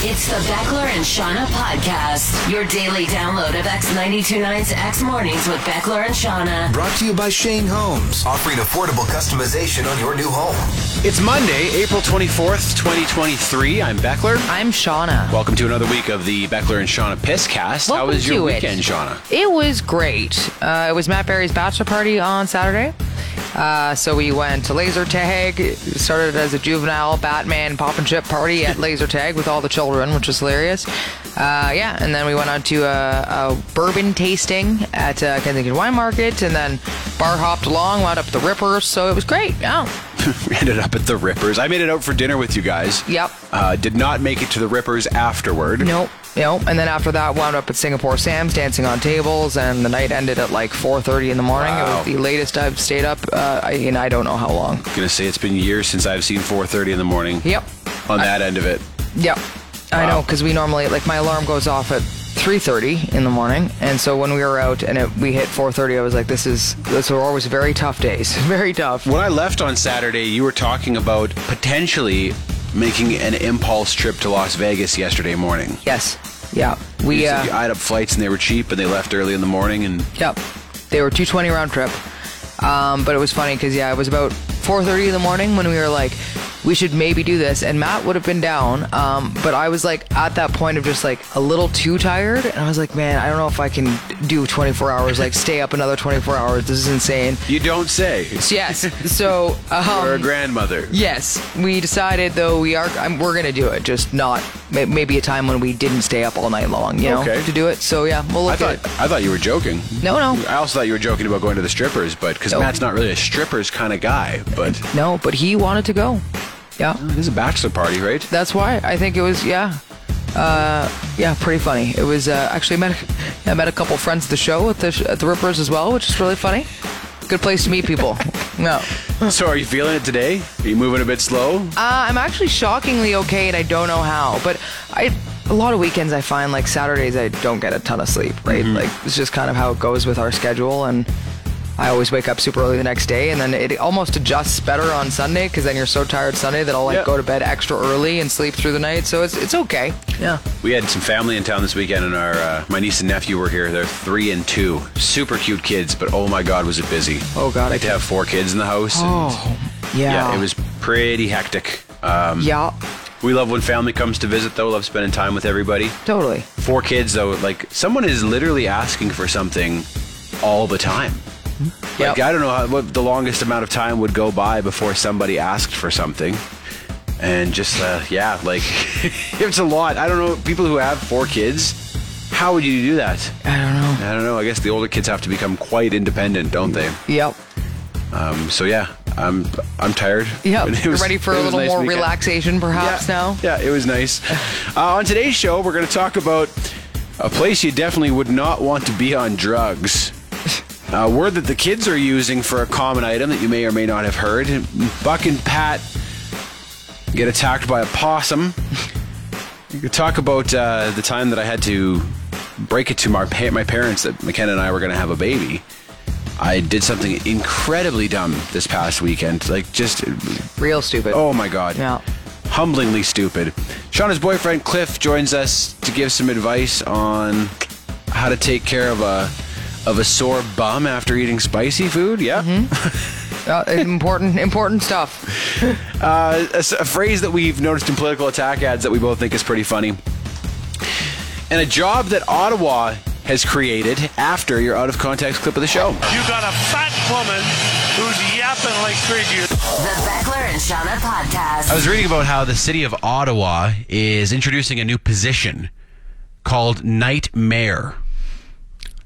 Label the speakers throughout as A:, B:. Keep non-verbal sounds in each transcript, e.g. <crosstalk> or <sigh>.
A: It's the Beckler and Shauna podcast, your daily download of X929's X Mornings with Beckler and Shauna.
B: Brought to you by Shane Holmes, offering affordable customization on your new home.
C: It's Monday, April 24th, 2023. I'm Beckler.
D: I'm Shauna.
C: Welcome to another week of the Beckler and Shauna Pisscast. How
D: Welcome
C: was your
D: to it.
C: weekend, Shauna? <laughs>
D: It was great. Uh, it was Matt Berry's bachelor party on Saturday. Uh, so we went to laser tag. It started as a juvenile Batman pop and chip
C: <laughs>
D: party at laser tag with all the children, which was hilarious. Uh, yeah, and then we went on to a, a bourbon tasting at uh, Kensington Wine Market, and then bar hopped along, wound up at the Rippers. So it was great. Yeah,
C: We ended up at the Rippers. I made it out for dinner with you guys.
D: Yep.
C: Uh, did not make it to the Rippers afterward.
D: Nope. Nope. And then after that, wound up at Singapore Sam's dancing on tables, and the night ended at like 4:30 in the morning. It
C: Wow.
D: was the latest I've stayed up, uh, I- and I don't know how long.
C: Gonna say it's been years since I've seen 4:30 in the morning.
D: Yep.
C: On that end of it.
D: Yep. I
C: Wow.
D: know because we normally like my alarm goes off at 3:30 in the morning, and so when we were out and it, we hit 4:30, I was like, "This is those are always very tough days, <laughs> very tough."
C: When I left on Saturday, you were talking about potentially making an impulse trip to Las Vegas yesterday morning.
D: Yes. Yeah. We.
C: You
D: uh,
C: said you eyed up flights and they were cheap and they left early in the morning and
D: Yep. They were 220 round trip. Um, but it was funny because yeah, it was about 4:30 in the morning when we were like, we should maybe do this, and Matt would have been down. Um, but I was like at that point of just like a little too tired, and I was like, man, I don't know if I can do 24 hours. Like stay up another 24 hours. This is insane.
C: you don't say.
D: So, yes. So um,
C: Or a grandmother.
D: Yes, we decided though we are I'm, we're gonna do it, just not may- maybe a time when we didn't stay up all night long, you know,
C: Okay.
D: to do it. So yeah, we'll look
C: I
D: at
C: thought
D: it.
C: I thought you were joking.
D: No, no.
C: I also thought you were joking about going to the strippers, but because
D: No.
C: Matt's not really a strippers kind of guy, but
D: No, but he wanted to go. Yeah.
C: this is a bachelor party, right?
D: That's why I think it was yeah, uh, yeah, pretty funny. It was uh, actually met I met a couple friends at the show at the sh- at the Rippers as well, which is really funny. Good place to meet people. <laughs> No, uh,
C: So are you feeling it today? Are you moving a bit slow?
D: I'm actually shockingly okay, and I don't know how, but I. A lot of weekends I find like Saturdays I don't get a ton of sleep, right?
C: Mm-hmm.
D: Like it's just kind of how it goes with our schedule and I always wake up super early the next day and then it almost adjusts better on Sunday cuz then you're so tired Sunday that I'll like
C: Yeah.
D: go to bed extra early and sleep through the night. So it's it's okay. Yeah.
C: We had some family in town this weekend, and our uh, my niece and nephew were here. They're three and two, super cute kids, but oh my god, was it busy!
D: Oh, God, I
C: like to have four kids in the house. and-
D: Oh, yeah.
C: it was pretty hectic. Um,
D: Yeah,
C: we love when family comes to visit, though. Love spending time with everybody.
D: totally.
C: Four kids, though, like someone is literally asking for something all the time. Like
D: Hmm. Yep.
C: I don't know how, what the longest amount of time would go by before somebody asked for something, and just uh, yeah, like <laughs> it's a lot. I don't know people who have four kids. How would you do that?
D: I don't know.
C: I don't know. I guess the older kids have to become quite independent, don't they?
D: Yep.
C: Um, so yeah, I'm I'm tired. <laughs>
D: Yep.
C: It
D: You're
C: was-
D: ready for
C: it
D: a
C: was
D: little
C: nice
D: more
C: weekend.
D: relaxation, perhaps
C: yeah.
D: now?
C: Yeah, it was nice. Uh, on today's show, we're going to talk about a place you definitely would not want to be on drugs. A word that the kids are using for a common item that you may or may not have heard. Buck and Pat get attacked by a possum. We could talk about uh, the time that I had to break it to my, pa- my parents that McKenna and I were going to have a baby. I did something incredibly dumb this past weekend. Like, just
D: Real stupid.
C: Oh my God.
D: Yeah.
C: Humblingly stupid. Shauna's boyfriend Cliff joins us to give some advice on how to take care of a of a sore bum after eating spicy food. Yeah.
D: Uh, important, important stuff.
C: Uh, a, s- a phrase that we've noticed in political attack ads that we both think is pretty funny. And a job that Ottawa has created after your out of context clip of the show.
E: You got a fat woman who's yapping like crazy.
A: The Beckler and Shauna podcast.
C: I was reading about how the city of Ottawa is introducing a new position called night mayor,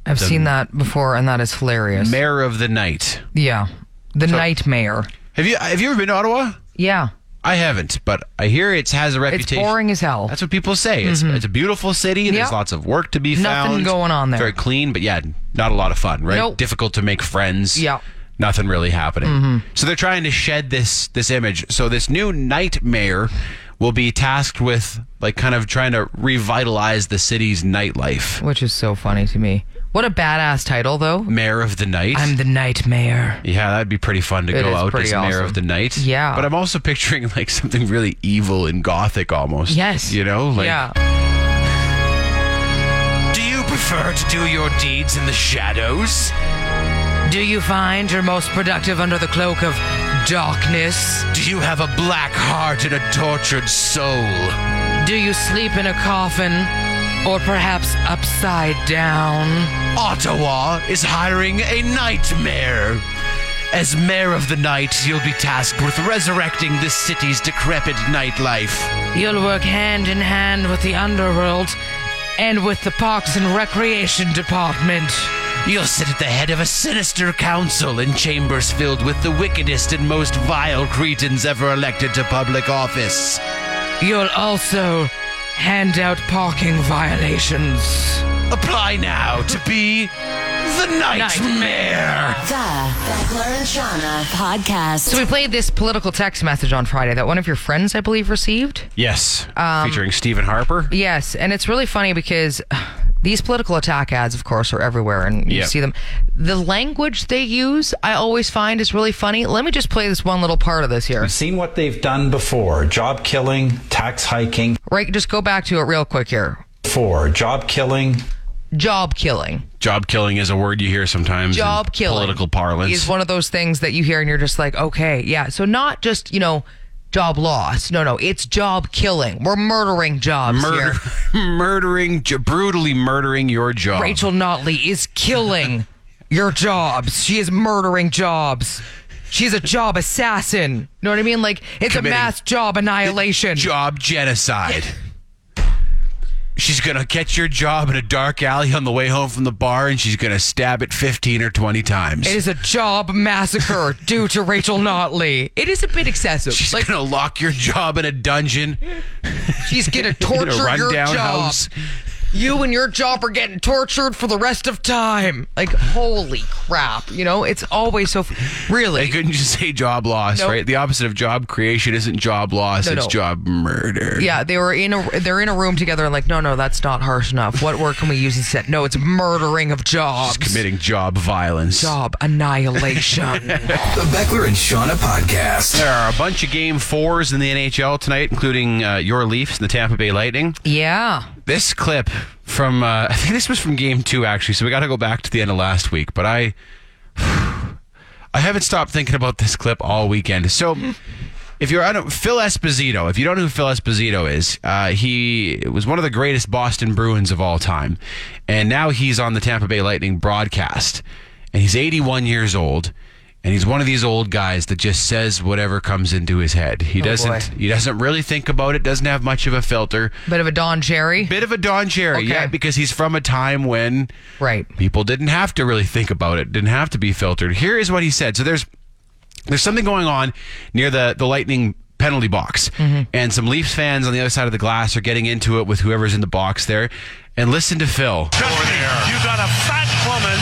D: I've seen that before, and that is hilarious.
C: mayor of the night.
D: yeah. The nightmare.
C: Have you have you ever been to Ottawa?
D: Yeah.
C: I haven't, but I hear it has a
D: It's
C: reputation.
D: boring as hell.
C: That's what people say. It's it's a beautiful city. There's
D: Yep.
C: lots of work to be found.
D: Nothing going on there.
C: Very clean, but yeah, not a lot of fun. Right?
D: Nope.
C: Difficult to make friends.
D: Yep.
C: Nothing really happening.
D: Mm-hmm.
C: So they're trying to shed this this image. So this new nightmare will be tasked with like kind of trying to revitalize the city's nightlife.
D: Which is so funny to me. What a badass title, though.
C: Mayor of the Night.
D: I'm the night mayor.
C: yeah, that'd be pretty fun to
D: It
C: go
D: is
C: out as
D: pretty
C: Mayor of
D: awesome.
C: the Night.
D: Yeah.
C: But I'm also picturing like something really evil and gothic almost.
D: Yes.
C: You know, like
D: yeah.
C: Do you prefer to do your deeds in the shadows?
D: Do you find you're most productive under the cloak of darkness?
C: Do you have a black heart and a tortured soul?
D: Do you sleep in a coffin? Or perhaps upside down?
C: Ottawa is hiring a nightmare. As mayor of the night, you'll be tasked with resurrecting this city's decrepit nightlife.
D: You'll work hand in hand with the underworld and with the Parks and Recreation Department.
C: You'll sit at the head of a sinister council in chambers filled with the wickedest and most vile cretins ever elected to public office.
D: You'll also hand out parking violations.
C: Apply now to be the nightmare.
A: The Beckler and Shauna
D: So
A: podcast.
D: we played this political text message on Friday that one of your friends, I believe, received.
C: Yes,
D: Um,
C: featuring Stephen Harper.
D: Yes, and it's really funny because <sighs> these political attack ads, of course, are everywhere, and you
C: Yep.
D: see them. The language they use, I always find, is really funny. Let me just play this one little part of this here.
F: seen what they've done before job killing, tax hiking,
D: Right, just go back to it real quick here.
F: for job killing.
D: Job killing.
C: Job killing is a word you hear sometimes. in
D: Job killing.
C: Political parlance.
D: is one of those things that you hear and you're just like, okay, yeah. So not just you know. Job loss. No, no, it's job killing. We're murdering jobs
C: Murder, <laughs>
D: here.
C: murdering, j- brutally murdering your job.
D: Rachel Notley is killing your jobs. She is murdering jobs. She's a job assassin. You know what I mean? Like it's
C: Committing-
D: a mass job annihilation.
C: Job genocide. She's gonna catch your job in a dark alley on the way home from the bar, and she's gonna stab it fifteen or twenty times.
D: it is a job <laughs> massacre due to Rachel Notley. It is a bit excessive.
C: she's
D: like
C: gonna lock your job in a dungeon,
D: she's gonna
C: in
D: torture
C: a
D: your
C: rundown
D: job.
C: house.
D: You and your job are getting tortured for the rest of time. Like holy crap! You know it's always so. F- really,
C: They couldn't just say job loss,
D: Nope.
C: right? The opposite of job creation isn't job loss;
D: No,
C: it's
D: no.
C: job murder.
D: Yeah, they were in a they're in a room together and like, no, no, that's not harsh enough. What word can we use instead? No, it's murdering of jobs,
C: committing job violence.
D: job annihilation.
B: The Beckler and Shauna podcast.
C: There are a bunch of game fours in the NHL tonight, including uh, your Leafs and the Tampa Bay Lightning.
D: <laughs> yeah,
C: This clip from, uh, <laughs> I think this was from game two, actually, so we got to go back to the end of last week, but I. <sighs> I haven't stopped thinking about this clip all weekend. So, if you're on Phil Esposito, if you don't know who Phil Esposito is, uh, he was one of the greatest Boston Bruins of all time, and now he's on the Tampa Bay Lightning broadcast, and he's 81 years old, and he's one of these old guys that just says whatever comes into his head. He doesn't. He doesn't really think about it. Doesn't have much of a filter.
D: bit of a Don Cherry,
C: Bit of a Don Cherry,
D: Okay.
C: yeah, because he's from a time when
D: right?
C: people didn't have to really think about it didn't have to be filtered here is what he said so there's there's something going on near the the lightning penalty box and some leafs fans on the other side of the glass are getting into it with whoever's in the box there and listen to phil
E: Trust me, you got a fat woman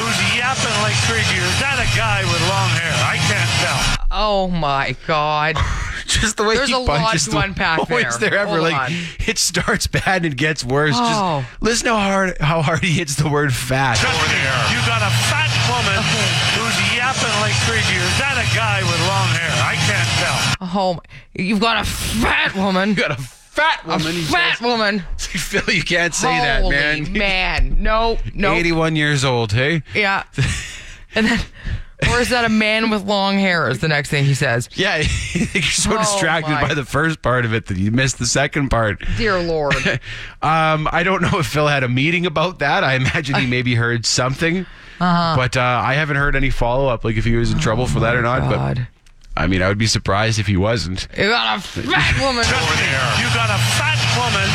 E: who's yapping like crazy. Is that a guy with long hair? I can't tell.
D: Oh my God!
C: <laughs> just the way
D: There's
C: he
D: a lot
C: punches
D: to
C: the
D: unpack
C: points
D: there.
C: there ever
D: Hold
C: like
D: on.
C: it starts bad and gets worse
D: Oh.
C: just listen how hard how hard he hits the word
D: <laughs>
C: fat
E: Trust me, you got a fat woman who's yapping like crazy. Is that a guy with long hair? I can't tell.
D: Oh, my, you've got a fat woman,
C: you got a fat
D: a
C: woman he
D: fat
C: says.
D: woman.
C: <laughs> phil you can't say that
D: Holy <laughs>
C: man
D: man. No, no,
C: 81 years old hey
D: yeah. And then, or is that a man with long hair? Is the next thing he says.
C: Yeah, <laughs> you're so
D: Oh,
C: distracted
D: my.
C: by the first part of it that you missed the second part.
D: Dear Lord.
C: Um, I don't know if Phil had a meeting about that. I imagine
D: Uh.
C: he maybe heard something, uh-huh. but uh, I haven't heard any follow up. Like if he was in trouble for that or not.
D: Oh God.
C: But I mean, I would be surprised if he wasn't. <laughs>
D: You got a fat woman.
E: Trust me, you got a fat woman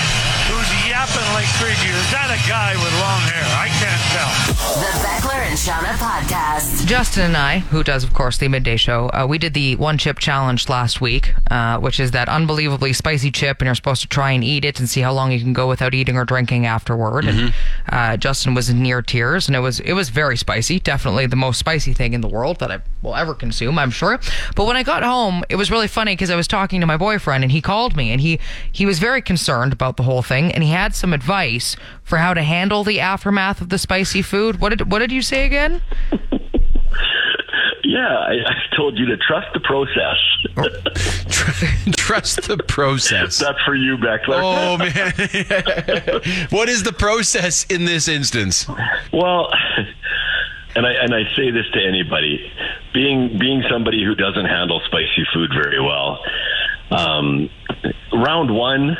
E: who's yapping like crazy. Is that a guy with long hair? I can't tell.
A: The Beckler and Shauna podcast.
D: Justin and I, who does, of course, the midday show, uh, we did the one chip challenge last week, uh, which is that unbelievably spicy chip, and you're supposed to try and eat it and see how long you can go without eating or drinking afterward. And
G: Mm-hmm.
D: uh, Justin was near tears, and it was it was very spicy, definitely the most spicy thing in the world that I've will ever consume, I'm sure. But when I got home, it was really funny because I was talking to my boyfriend and he called me and he he was very concerned about the whole thing and he had some advice for how to handle the aftermath of the spicy food. What did what did you say again?
G: Yeah, I, I told you to trust the process.
H: Trust the process.
G: That's for you, Beckler.
H: Oh
C: <laughs>
H: man, what is the process in this instance?
G: Well, and I and I say this to anybody, being being somebody who doesn't handle spicy food very well. Um, round one,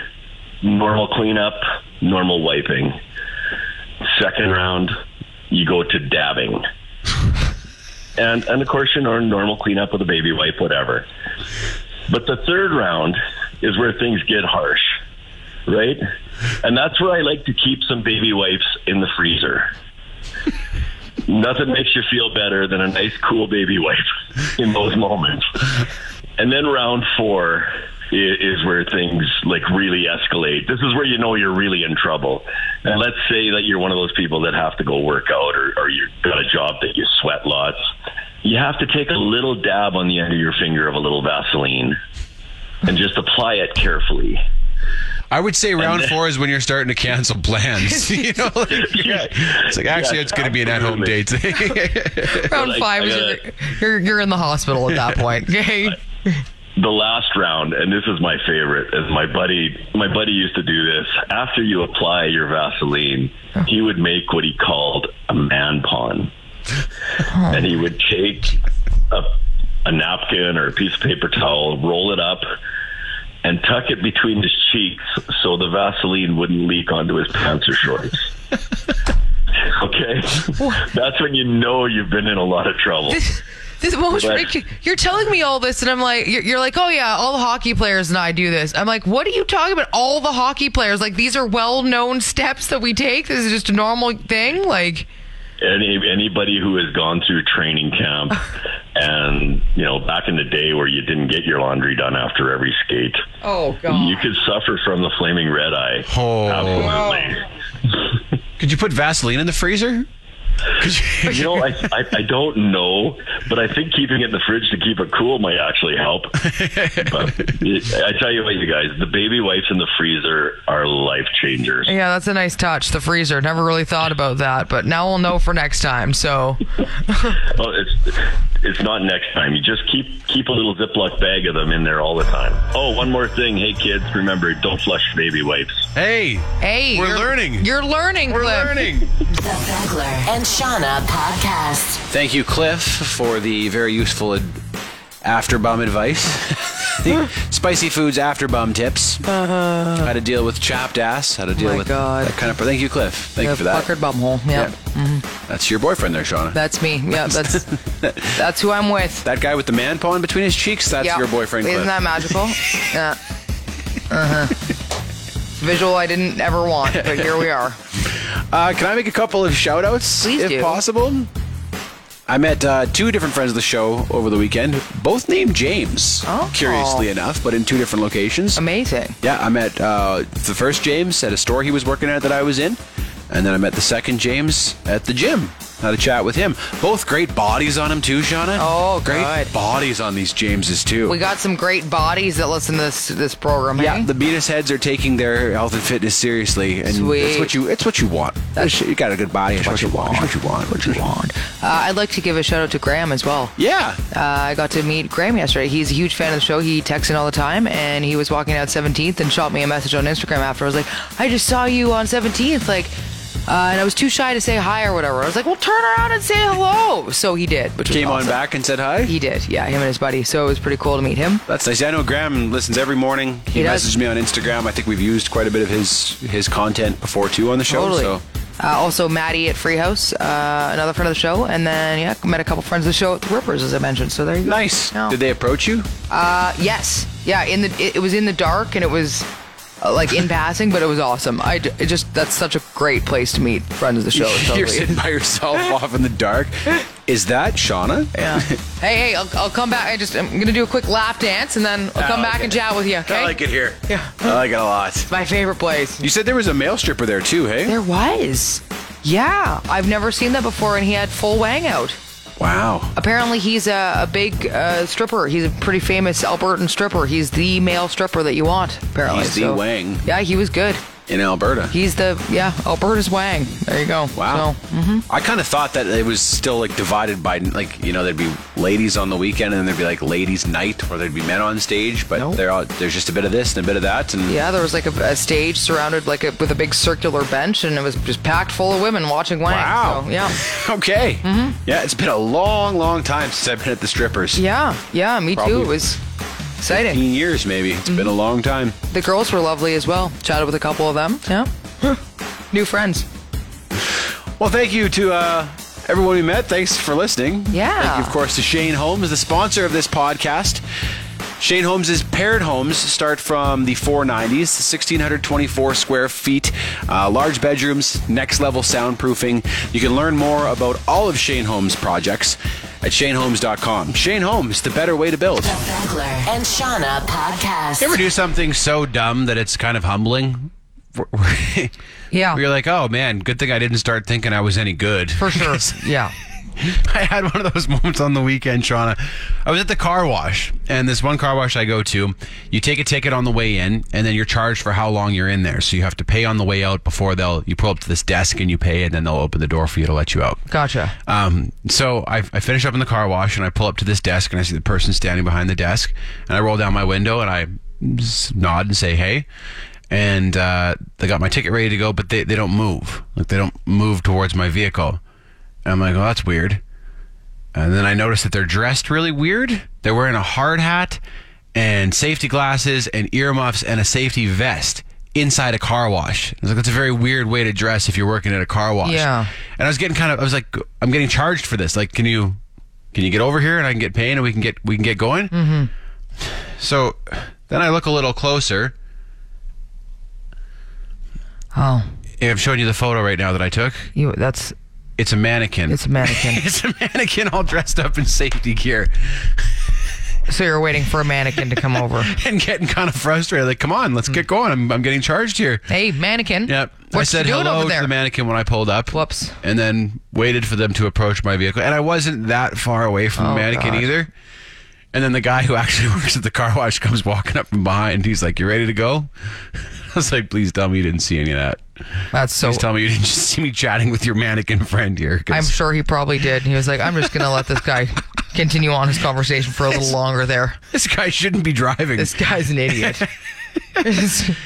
G: normal cleanup, normal wiping. Second round, you go to dabbing. And and of course, you know, normal cleanup with a baby wipe, whatever. But the third round is where things get harsh, right? And that's where I like to keep some baby wipes in the freezer. Nothing makes you feel better than a nice, cool baby wipe <laughs> in those moments. And then round four i- is where things like really escalate. This is where you know you're really in trouble. And let's say that you're one of those people that have to go work out or, or you've got a job that you sweat lots. You have to take a little dab on the end of your finger of a little Vaseline and just apply it carefully.
H: I would say round four is when you're starting to cancel
C: <laughs>
H: plans. you know, like,
G: <laughs> Yeah.
H: it's like actually it's
G: Yes,
H: going to be an at-home
G: absolutely.
H: date thing.
C: <laughs>
D: Round
G: I-
D: five
G: I
D: is
G: gotta-
D: you're, you're you're in the hospital at that
G: <laughs>
D: point. Okay.
G: the last round, and this is my favorite, is my buddy my buddy used to do this. After you apply your Vaseline, he would make what he called a man pawn. And he would take a, a napkin or a piece of paper towel, roll it up, and tuck it between his cheeks so the Vaseline wouldn't leak onto his pants or shorts. Okay, that's when you know you've been in a lot of trouble.
D: this this most
G: But-
D: ridiculous. You're telling me all this, and I'm like, you're, you're like, oh yeah, all the hockey players and I do this. I'm like, what are you talking about? All the hockey players, like these are well-known steps that we take. This is just a normal thing. Like,
G: any anybody who has gone through training camp and you know back in the day where you didn't get your laundry done after every skate
D: oh
G: you could suffer from the flaming red eye
H: Oh,
G: absolutely
H: could you put Vaseline in the freezer?
G: you know I, I i don't know but i think keeping it in the fridge to keep it cool might actually help but i tell you what you guys the baby wipes in the freezer are life changers
D: Yeah, that's a nice touch. The freezer. Never really thought about that, but now we'll know for next time. So,
G: Well, it's it's not next time. You just keep keep a little Ziploc bag of them in there all the time. Oh, one more thing. Hey, kids, remember don't flush baby wipes.
H: <laughs> Hey,
D: hey,
H: We're
D: you're-
H: learning.
D: You're learning.
H: we're
D: Cliff.
H: learning.
A: The Beckler and Shauna podcast.
C: Thank you, Cliff, for the very useful ad- after bum advice. <laughs> The spicy foods after bum tips. How to deal with chapped ass. How to deal
D: Uh-huh. My
C: with
D: God.
C: that kind of. Thank you, Cliff. Thank
D: The
C: you for that.
D: puckered bumhole. Yeah, Mm-hmm.
C: That's your boyfriend there, Shauna. That,
D: that's me.
C: <laughs>
D: Yeah, that's that's who I'm with.
C: guy with the man pawn between his cheeks. That's
D: Yeah.
C: your boyfriend, Cliff.
D: Isn't
C: <laughs>
D: that magical? yeah. Uh huh. Visual I didn't ever want, but here we are.
C: Uh, can I make a couple of shout outs
D: Please
C: if
D: do.
C: possible? I met uh, two different friends of the show over the weekend, both named James,
D: Oh.
C: curiously enough, but in two different locations.
D: Amazing.
C: yeah, I met uh, the first James at a store he was working at that I was in, and then I met the second James at the gym. Had a chat with him. Both great bodies on him too, Shauna.
D: Oh,
C: great
D: good.
C: bodies on these Jameses too.
D: We got some great bodies that listen to this this program. hey?
C: Yeah, the Venus heads are taking their health and fitness seriously, and
D: Sweet.
C: it's what you it's what you want. you got a good body. It's what, you want. It's what you want. What you want.
D: uh, I'd like to give a shout out to Graham as well.
C: Yeah.
D: Uh, I got to meet Graham yesterday. He's a huge fan of the show. He texts in all the time, and he was walking out 17th and shot me a message on Instagram after. I was like, I just saw you on 17th, like, uh, and I was too shy to say hi or whatever. I was like, well, turn around and say hello. So he did, which was
C: Came on
D: awesome.
C: back and said hi.
D: He did, yeah, him and his buddy. So it was pretty cool to meet him.
C: That's nice. I know Graham listens every morning. He,
D: He does.
C: messaged me on Instagram. I think we've used quite a bit of his his content before too on the show.
D: Totally.
C: So
D: Uh, also, Maddie at Freehouse, uh, another friend of the show, and then yeah, met a couple friends of the show at the Rippers, as I mentioned. So there you go.
C: nice.
D: Yeah.
C: Did they approach you?
D: Uh, yes, yeah. In the it, it was in the dark, and it was uh, like in passing, but it was awesome. I d- it just that's such a great place to meet friends of the
C: <laughs>
D: show.
C: You're
D: Totally.
C: sitting by <laughs> yourself off in the dark. Is that Shauna?
D: Yeah. hey, hey, I'll, I'll come back. I just I'm gonna do a quick lap dance, and then I'll come
C: like
D: back
C: it.
D: and chat with you. Okay.
C: Oh, I like it here. Yeah. I like it a lot.
D: My favorite place.
C: You said there was a male stripper there too, hey?
D: There was. Yeah, I've never seen that before, and he had full wang out.
I: Wow.
D: Apparently, he's a, a big uh, stripper. He's a pretty famous Albertan stripper. He's the male stripper that you want, apparently.
I: He's the Wang.
D: Yeah, he was good.
I: In Alberta.
D: He's the, yeah, Alberta's Wang. There you go.
I: Wow.
D: So, mm-hmm.
I: I kind of thought that it was still like divided by like you know there'd be ladies on the weekend and there'd be like ladies night or there'd be men on stage, but
D: Nope.
I: they're all, there's just a bit of this and a bit of that and
D: yeah, there was like a, a stage surrounded like a, with a big circular bench, and it was just packed full of women watching Wang.
I: Wow.
D: So, yeah.
I: okay. Yeah, it's been a long, long time since I've been at the strippers.
D: Mm-hmm. Yeah, yeah, me too.
I: Probably
D: It was exciting.
I: 15 years maybe. It's been a long time.
D: The girls were lovely as well. Chatted with a couple of them. Yeah. New friends.
I: Well, thank you to uh, everyone we met. Thanks for listening.
D: Yeah.
I: Thank you, of course, to Shane Holmes, the sponsor of this podcast. Shane Holmes' paired homes start from the 490s, 1,624 square feet, uh, large bedrooms, next level soundproofing. You can learn more about all of Shane Holmes' projects at shaneholmes.com. Shane Holmes, the better way to build.
A: The Beckler and Shauna podcast.
C: You ever do something so dumb that it's kind of humbling? <laughs>
D: Yeah.
C: You're like, oh man, good thing I didn't start thinking I was any good. <laughs>
D: For sure. yeah.
C: I had one of those <laughs> moments on the weekend, Shauna. I was at the car wash, and this one car wash I go to, you take a ticket on the way in, and then you're charged for how long you're in there. So you have to pay on the way out before they'll you pull up to this desk and you pay, and then they'll open the door for you to let you out.
D: Gotcha.
C: Um, so I, I finish up in the car wash and I pull up to this desk and I see the person standing behind the desk and I roll down my window and I s- nod and say hey, and uh, they got my ticket ready to go, but they, they don't move like they don't move towards my vehicle. And I'm like, well, that's weird. And then I noticed that they're dressed really weird. They're wearing a hard hat and safety glasses and earmuffs and a safety vest inside a car wash. I was like, that's a very weird way to dress if you're working at a car wash.
D: Yeah.
C: And I was getting kind of I was like, I'm getting charged for this. Like, can you can you get over here and I can get paid and we can get we can get going? Mm-hmm. So then I look a little closer.
D: Oh,
C: I'm showing you the photo right now that I took.
D: you. That's
C: It's a mannequin.
D: it's a <laughs> mannequin.
C: it's a mannequin all dressed up in safety gear.
D: so you're waiting for a mannequin to come over.
C: and getting kind of frustrated. Like, come on, let's get going. I'm, I'm getting charged here.
D: <laughs> Hmm. Hey, mannequin.
C: Yep.
D: What
C: I said
D: you doing
C: hello
D: over
C: to
D: there?
C: the mannequin when I pulled up.
D: Whoops.
C: And then waited for them to approach my vehicle. And I wasn't that far away from
D: Oh,
C: the mannequin
D: God.
C: either. And then the guy who actually <laughs> works at the car wash comes walking up from behind. He's like, You ready to go? <laughs> I was like, Please tell me you didn't see any of that.
D: That's so.
C: Please tell me you didn't <laughs> just see me chatting with your mannequin friend here. 'cause
D: I'm sure he probably did. He was like, I'm just gonna let this <laughs> guy continue on his conversation for a little longer there.
C: <laughs> This guy shouldn't be driving.
D: This guy's an idiot. <laughs>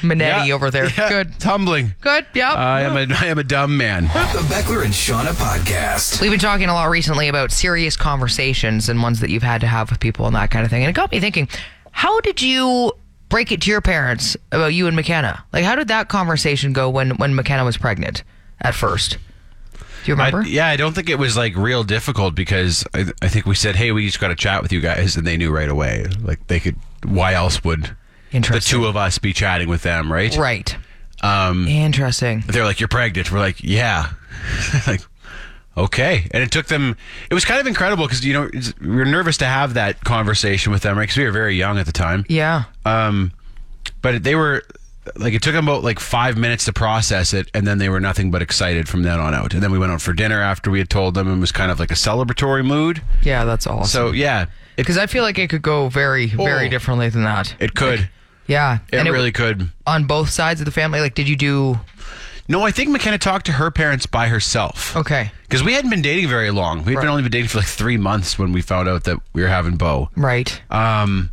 D: Manetti
C: Yeah.
D: over there.
C: Yeah.
D: Good.
C: Tumbling.
D: Good. Yep.
C: I am a I am a dumb man.
B: The Beckler and Shauna podcast.
D: We've been talking a lot recently about serious conversations and ones that you've had to have with people and that kind of thing. And it got me thinking, how did you break it to your parents about you and McKenna? Like, how did that conversation go when, when McKenna was pregnant at first? Do you remember?
C: I, yeah, I don't think it was like real difficult because I, I think we said, "Hey, we just got to chat with you guys," and they knew right away. Like they could. Why else would the
D: Interesting.
C: two of us be chatting with them? Right.
D: Right.
C: Um,
D: Interesting.
C: they're like, "You're pregnant." We're like, "Yeah." <laughs> like, okay. And it took them. It was kind of incredible because you know it's- we were nervous to have that conversation with them, right? Because we were very young at the time.
D: Yeah.
C: Um, but they were like it took them about like five minutes to process it, and then they were nothing but excited from then on out. And then we went out for dinner after we had told them, and it was kind of like a celebratory mood.
D: Yeah, that's awesome.
C: So yeah, it
D: Because I feel like it could go very, very
C: Oh.
D: differently than that.
C: it could,
D: yeah.
C: it
D: and
C: really could.
D: on both sides of the family, like, did you do.
C: No, I think McKenna talked to her parents by herself.
D: Okay.
C: Because we hadn't been dating very long. We'd
D: Right.
C: been only been dating for like three months when we found out that we were having Bo.
D: Right.
C: Um,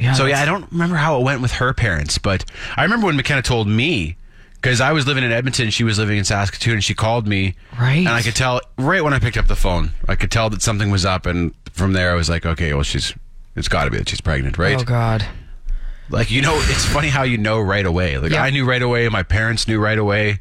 D: Yeah.
C: So
D: Oh, that's-
C: yeah, I don't remember how it went with her parents, but I remember when McKenna told me because I was living in Edmonton, she was living in Saskatoon, and she called me.
D: Right.
C: And I could tell right when I picked up the phone, I could tell that something was up, and from there I was like, okay, well she's it's got to be that she's pregnant, right?
D: Oh, God.
C: Like you know, it's funny how you know right away. Like
D: Yeah.
C: I knew right away, my parents knew right away.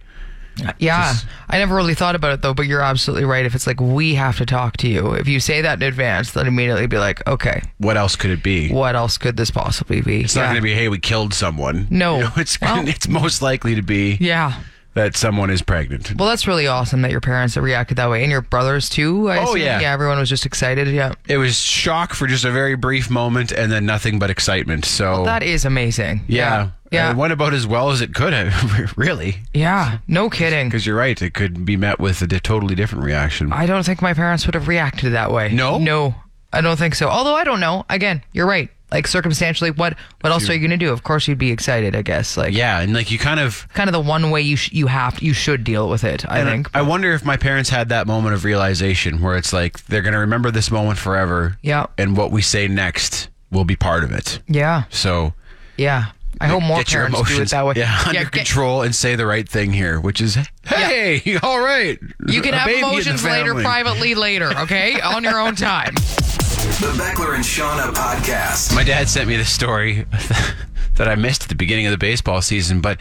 D: Yeah. I never really thought about it though, but you're absolutely right. If it's like, we have to talk to you, if you say that in advance, then immediately be like, okay,
C: What else could it be?
D: what else could this possibly be?
C: It's not going to be, hey, we killed someone.
D: No.
C: You know, it's
D: Well-
C: it's most likely to be
D: Yeah.
C: that someone is pregnant.
D: Well, that's really awesome that your parents reacted that way and your brothers too. I
C: Oh,
D: assume.
C: yeah.
D: Yeah. Everyone was just excited. Yeah.
C: it was shock for just a very brief moment and then nothing but excitement. So
D: That is amazing.
C: Oh. yeah. Uh,
D: Yeah.
C: It went about as well as it could have, <laughs> really.
D: Yeah, no kidding.
C: Because you're right, it could be met with a di- totally different reaction.
D: I don't think my parents would have reacted that way.
C: No?
D: No, I don't think so. Although I don't know. Again, you're right. Like circumstantially, what what else are you gonna do? Of course, you'd be excited. I guess like
C: yeah, and like you kind of.
D: kind of the one way you sh- you have you should deal with it. I
C: and
D: think.
C: I wonder if my parents had that moment of realization where it's like they're going to remember this moment forever.
D: Yeah.
C: And what we say next will be part of it.
D: yeah,
C: So
D: yeah. I hope Oh, more
C: get your
D: parents
C: emotions
D: do it that way.
C: Yeah, under
D: get-
C: control and say the right thing here, which is hey, <laughs> all right.
D: you can
C: a
D: have
C: baby in the
D: emotions later,
C: family."
D: privately later.
C: <laughs>
D: Okay, on your own time.
B: The Beckler and Shauna podcast.
C: My dad sent me this story <laughs> that I missed at the beginning of the baseball season, but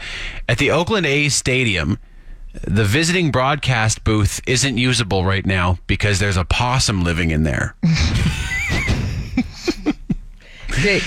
C: at the Oakland A's stadium, the visiting broadcast booth isn't usable right now because there's a possum living in
D: <laughs>
C: there.
D: They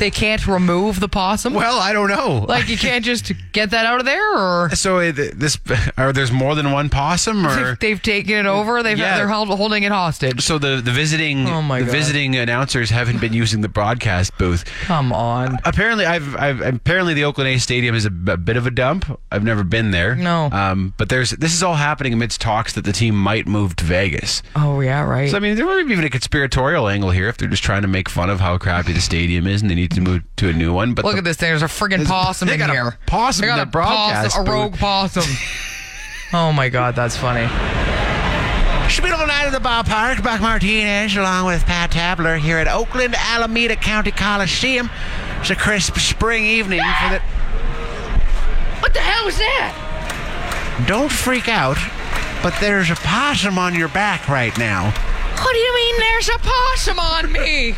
D: they can't remove the possum.
C: Well, I don't know.
D: like you can't just get that out of there, or
C: <laughs> so uh, th- this <laughs> are there's more than one possum or
D: <laughs> they've, they've taken it over. They've
C: Yeah.
D: they're held, holding it hostage.
C: so the the visiting
D: Oh my
C: the
D: God.
C: visiting announcers haven't been using the broadcast booth.
D: Come on.
C: Apparently, I've, I've apparently the Oakland A's stadium is a, b- bit of a dump. I've never been there.
D: No.
C: um, but there's this is all happening amidst talks that the team might move to Vegas.
D: Oh yeah, right.
C: So I mean, there might be even a conspiratorial angle here if they're just trying to make fun of how crappy the stadium is and they need to move to a new one. But
D: Look
C: the-
D: at this thing. There's a friggin'
C: There's a-
D: possum
C: they
D: in
C: got a
D: here.
C: possum
D: They got
C: in
D: a
C: the broadcast
D: possum, a
C: booth.
D: rogue possum.
C: <laughs>
D: oh my god, that's funny.
C: It's a beautiful night at the ballpark. Buck Martinez, along with Pat Tabler, here at Oakland Alameda County Coliseum. It's a crisp spring evening for the. What the hell was that? Don't freak out, but there's a possum on your back right now.
D: What do you mean? There's a possum on me.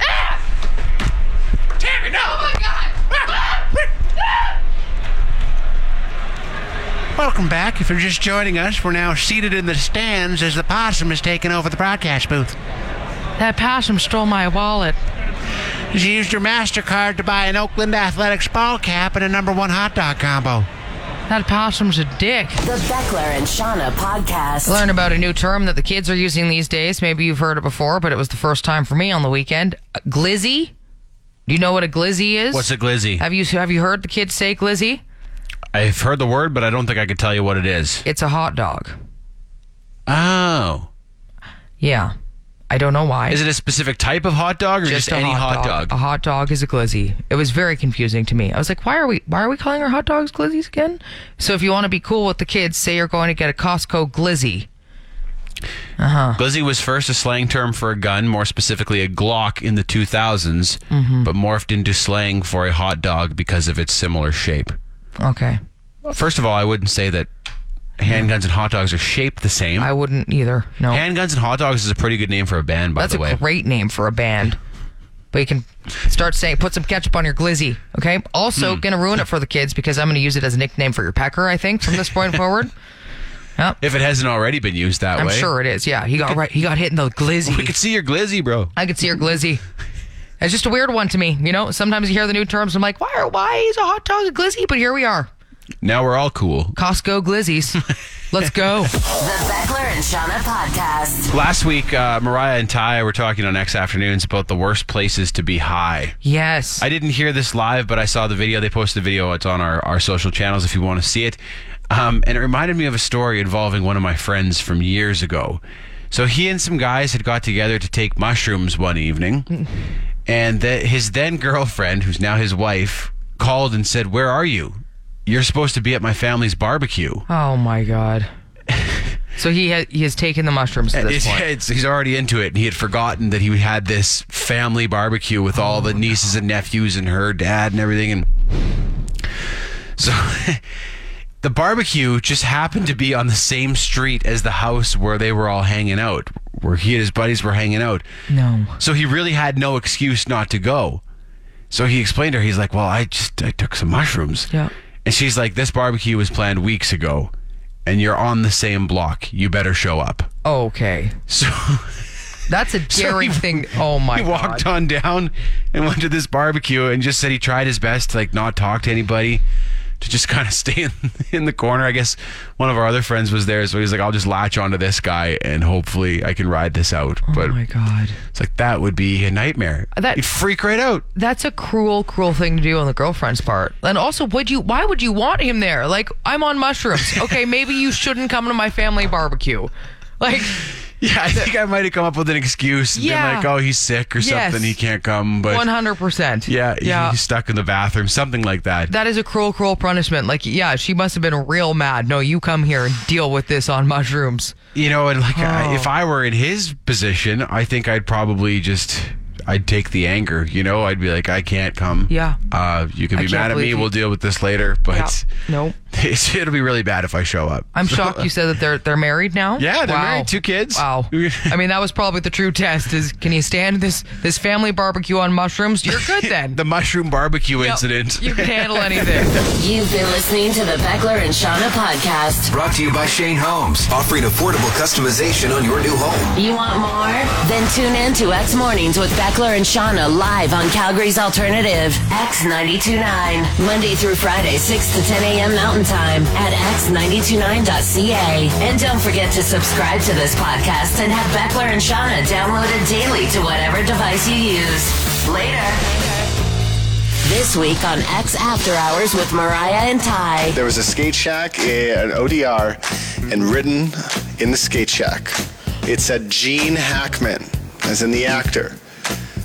D: Ah! Tammy, no! Oh my god!
C: Welcome back. If you're just joining us, we're now seated in the stands as the possum has taken over the broadcast booth.
D: that possum stole my wallet.
C: She used your MasterCard to buy an Oakland Athletics ball cap and a number one hot dog combo.
D: That possum's a dick.
A: The Beckler and Shauna podcast.
D: Learn about a new term that the kids are using these days. Maybe you've heard it before, but it was the first time for me on the weekend. A Glizzy. Do you know what a glizzy is?
C: What's a glizzy?
D: Have you have you heard the kids say glizzy?
C: I've heard the word, but I don't think I could tell you what it is.
D: It's a hot dog.
C: Oh.
D: Yeah. I don't know why.
C: Is it a specific type of hot dog or just,
D: a
C: any hot, dog?
D: A hot dog is a glizzy. It was very confusing to me. I was like, why are we why are we calling our hot dogs glizzies again? So if you want to be cool with the kids, say you're going to get a Costco glizzy.
C: Glizzy was first a slang term for a gun, more specifically a Glock in the 2000s, but morphed into slang for a hot dog because of its similar shape.
D: Okay.
C: First of all, I wouldn't say that handguns and hot dogs are shaped the same.
D: I wouldn't either. No.
C: handguns and hot dogs is a pretty good name for a band, by
D: That's
C: the way.
D: a great name for a band. But you can start saying, put some ketchup on your glizzy, okay?
C: Hmm.
D: Also, gonna ruin it for the kids because I'm gonna use it as a nickname for your pecker. I think from
C: <laughs>
D: this point forward,
C: if it hasn't already been used that
D: I'm
C: way.
D: sure it is. Yeah, he got right. He got hit in the glizzy.
C: We could see your glizzy, bro.
D: I could see your glizzy. It's just a weird one to me. You know, sometimes you hear the new terms. I'm like, why? Are, why is a hot dog a glizzy? But here we are,
C: Now we're all cool.
D: Costco
C: <laughs>
D: glizzies. Let's go.
A: The Beckler and Shauna podcast.
C: Last week, uh, Mariah and Ty were talking on X Afternoons about the worst places to be high.
D: Yes.
C: I didn't hear this live, but I saw the video. They posted the video. It's on our, our social channels if you want to see it. Um, and it reminded me of a story involving one of my friends from years ago. So he and some guys had got together to take mushrooms one evening. And the, his then girlfriend, who's now his wife, called and said, Where are you? You're supposed to be at my family's barbecue.
D: oh
C: <laughs>
D: my god. So he ha- he has taken the mushrooms to this
C: It's-
D: point.
C: it's- he's already into it, and he had forgotten that he had this family barbecue with all the nieces and nephews and her dad and everything. And so <laughs> the barbecue just happened to be on the same street as the house where they were all hanging out, where he and his buddies were hanging out.
D: No.
C: So he really had no excuse not to go. So he explained to her, he's like, Well, I just I took some mushrooms.
D: Yeah.
C: And she's like, This barbecue was planned weeks ago, and you're on the same block. You better show up.
D: Okay.
C: So
D: <laughs> That's a
C: <laughs> So
D: daring
C: he-
D: thing. Oh my
C: He walked
D: god.
C: on down and went to this barbecue and just said he tried his best to like not talk to anybody, to to just kind of <laughs> stay in, in the corner. I guess one of our other friends was there, so he's like, I'll just latch onto this guy and hopefully I can ride this out.
D: Oh
C: but
D: my god.
C: it's like that would be a nightmare.
D: That-
C: You'd freak right out.
D: That's a cruel, cruel thing to do on the girlfriend's part. And also, would you? Why would you want him there? Like, I'm on mushrooms. Okay,
C: <laughs>
D: maybe you shouldn't come to my family barbecue. Like,
C: Yeah, <laughs> I think I might have come up with an excuse and
D: Yeah.
C: been like, oh, he's sick or
D: Yes.
C: something. He can't come. But
D: 100. percent
C: yeah, he-
D: yeah.
C: he's stuck in the bathroom, something like that.
D: That is a cruel, cruel punishment. Like, yeah, she must have been real mad. No, you come here and deal with this on mushrooms.
C: You know, and like I
D: Oh.
C: if I were in his position, I think I'd probably just I'd take the anger. You know, I'd be like, I can't come.
D: Yeah.
C: Uh, you can
D: I
C: be
D: can't
C: mad at me.
D: believe you-
C: We'll deal with this later.
D: Yeah.
C: But
D: Nope.
C: <laughs> it's, it'll be really bad if I show up.
D: I'm shocked you said that they're they're married now.
C: Yeah, they're
D: Wow.
C: married, two kids. <laughs>
D: Wow. I mean, that was probably the true test. Is can you stand this this family barbecue on mushrooms? You're good then.
C: the mushroom barbecue
D: Yep.
C: incident.
D: You can handle anything.
A: You've been listening to the Beckler and Shauna podcast.
B: Brought to you by Shane Holmes, offering affordable customization on your new home.
A: You want more? Then tune in to X Mornings with Beckler and Shauna live on Calgary's Alternative, X929, Monday through Friday, 6 to 10 a.m. Mountain Time at x929.ca. And don't forget to subscribe to this podcast and have Beckler and Shauna downloaded daily to whatever device you use. Later. This week on X After Hours with Mariah and Ty.
G: There was a skate shack, a, an ODR, and written in the skate shack, <laughs> it said Gene Hackman, as in the actor.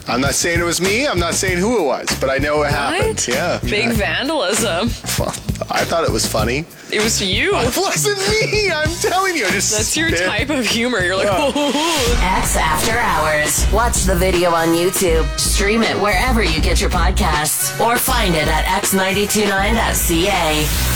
G: I'm not saying it was me. I'm not saying who it was, but I know it happened.
I: What?
G: Yeah.
I: Big vandalism.
G: Well, I thought it was funny.
I: It was you.
G: <laughs> It wasn't me. I'm telling you. I Just
I: That's your
G: spit.
I: type of humor. You're like, <laughs> oh,
A: X After Hours. Watch the video on YouTube. Stream it wherever you get your podcasts. Or find it at x929.ca.